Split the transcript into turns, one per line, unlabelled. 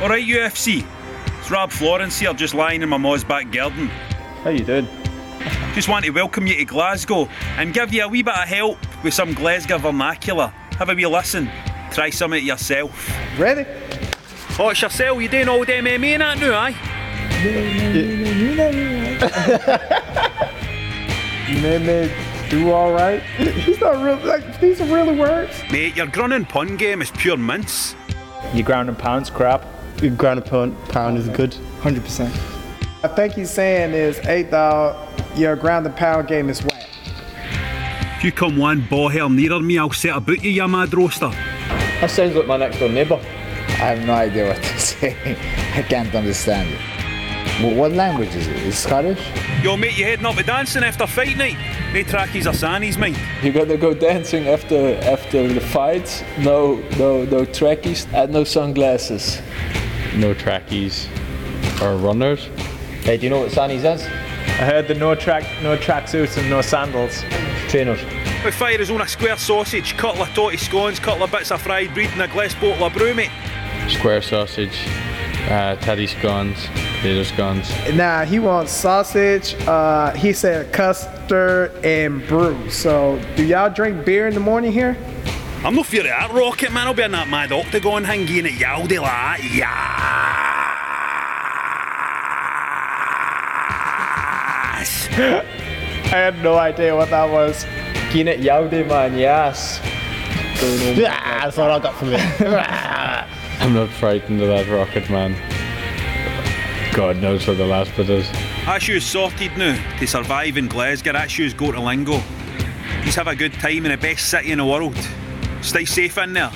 Right, UFC. It's Rob Florence here, just lying in my ma's back garden.
How you doing?
Just want to welcome you to Glasgow and give you a wee bit of help with some Glasgow vernacular. Have a wee listen. Try some of it yourself.
Ready?
Oh, it's yourself. You doing old MMA and that now, aye?
Meme, do all right? He's not real. Like these are really words.
Mate, your grunning pun game is pure mince.
Your ground and pound's crap.
Your ground pound, pound is good. 100%.
I think he's saying is, hey dog, your ground and pound game is whack.
If you come one ball hell nearer me, I'll set about you, you mad roaster.
That sounds like my next door neighbour.
I have no idea what to say. I can't understand it. Wh- What language is it? Is it Scottish?
Yo, mate, you heading up to dancing after fight night? They trackies are Sani's, mate.
You gotta go dancing after after the fights. No, no, no trackies and no sunglasses.
no trackies or runners.
Hey, do you know what Sunny says?
I heard the no track, no tracksuits and no sandals.
Trainers.
We fire is on a square sausage, couple of totty scones, couple of bits of fried bread and a glass bottle of brew, mate.
Square sausage, uh, teddy scones, potato scones.
Nah, he wants sausage. Uh, he said custard and brew. So, do y'all drink beer in the morning here?
I'm no fear of that rocket, man. I'll be in that mad octagon hanging at Yaldi like that. Yes!
I had no idea what that was.
Keenet Yaude man, yes.
Ah, that's all I got from it.
I'm not frightened of that rocket man. God knows what the last bit is.
That shoe's sorted now. To survive in Glasgow, that shoe's go to Lingo. Just have a good time in the best city in the world. Stay safe in there.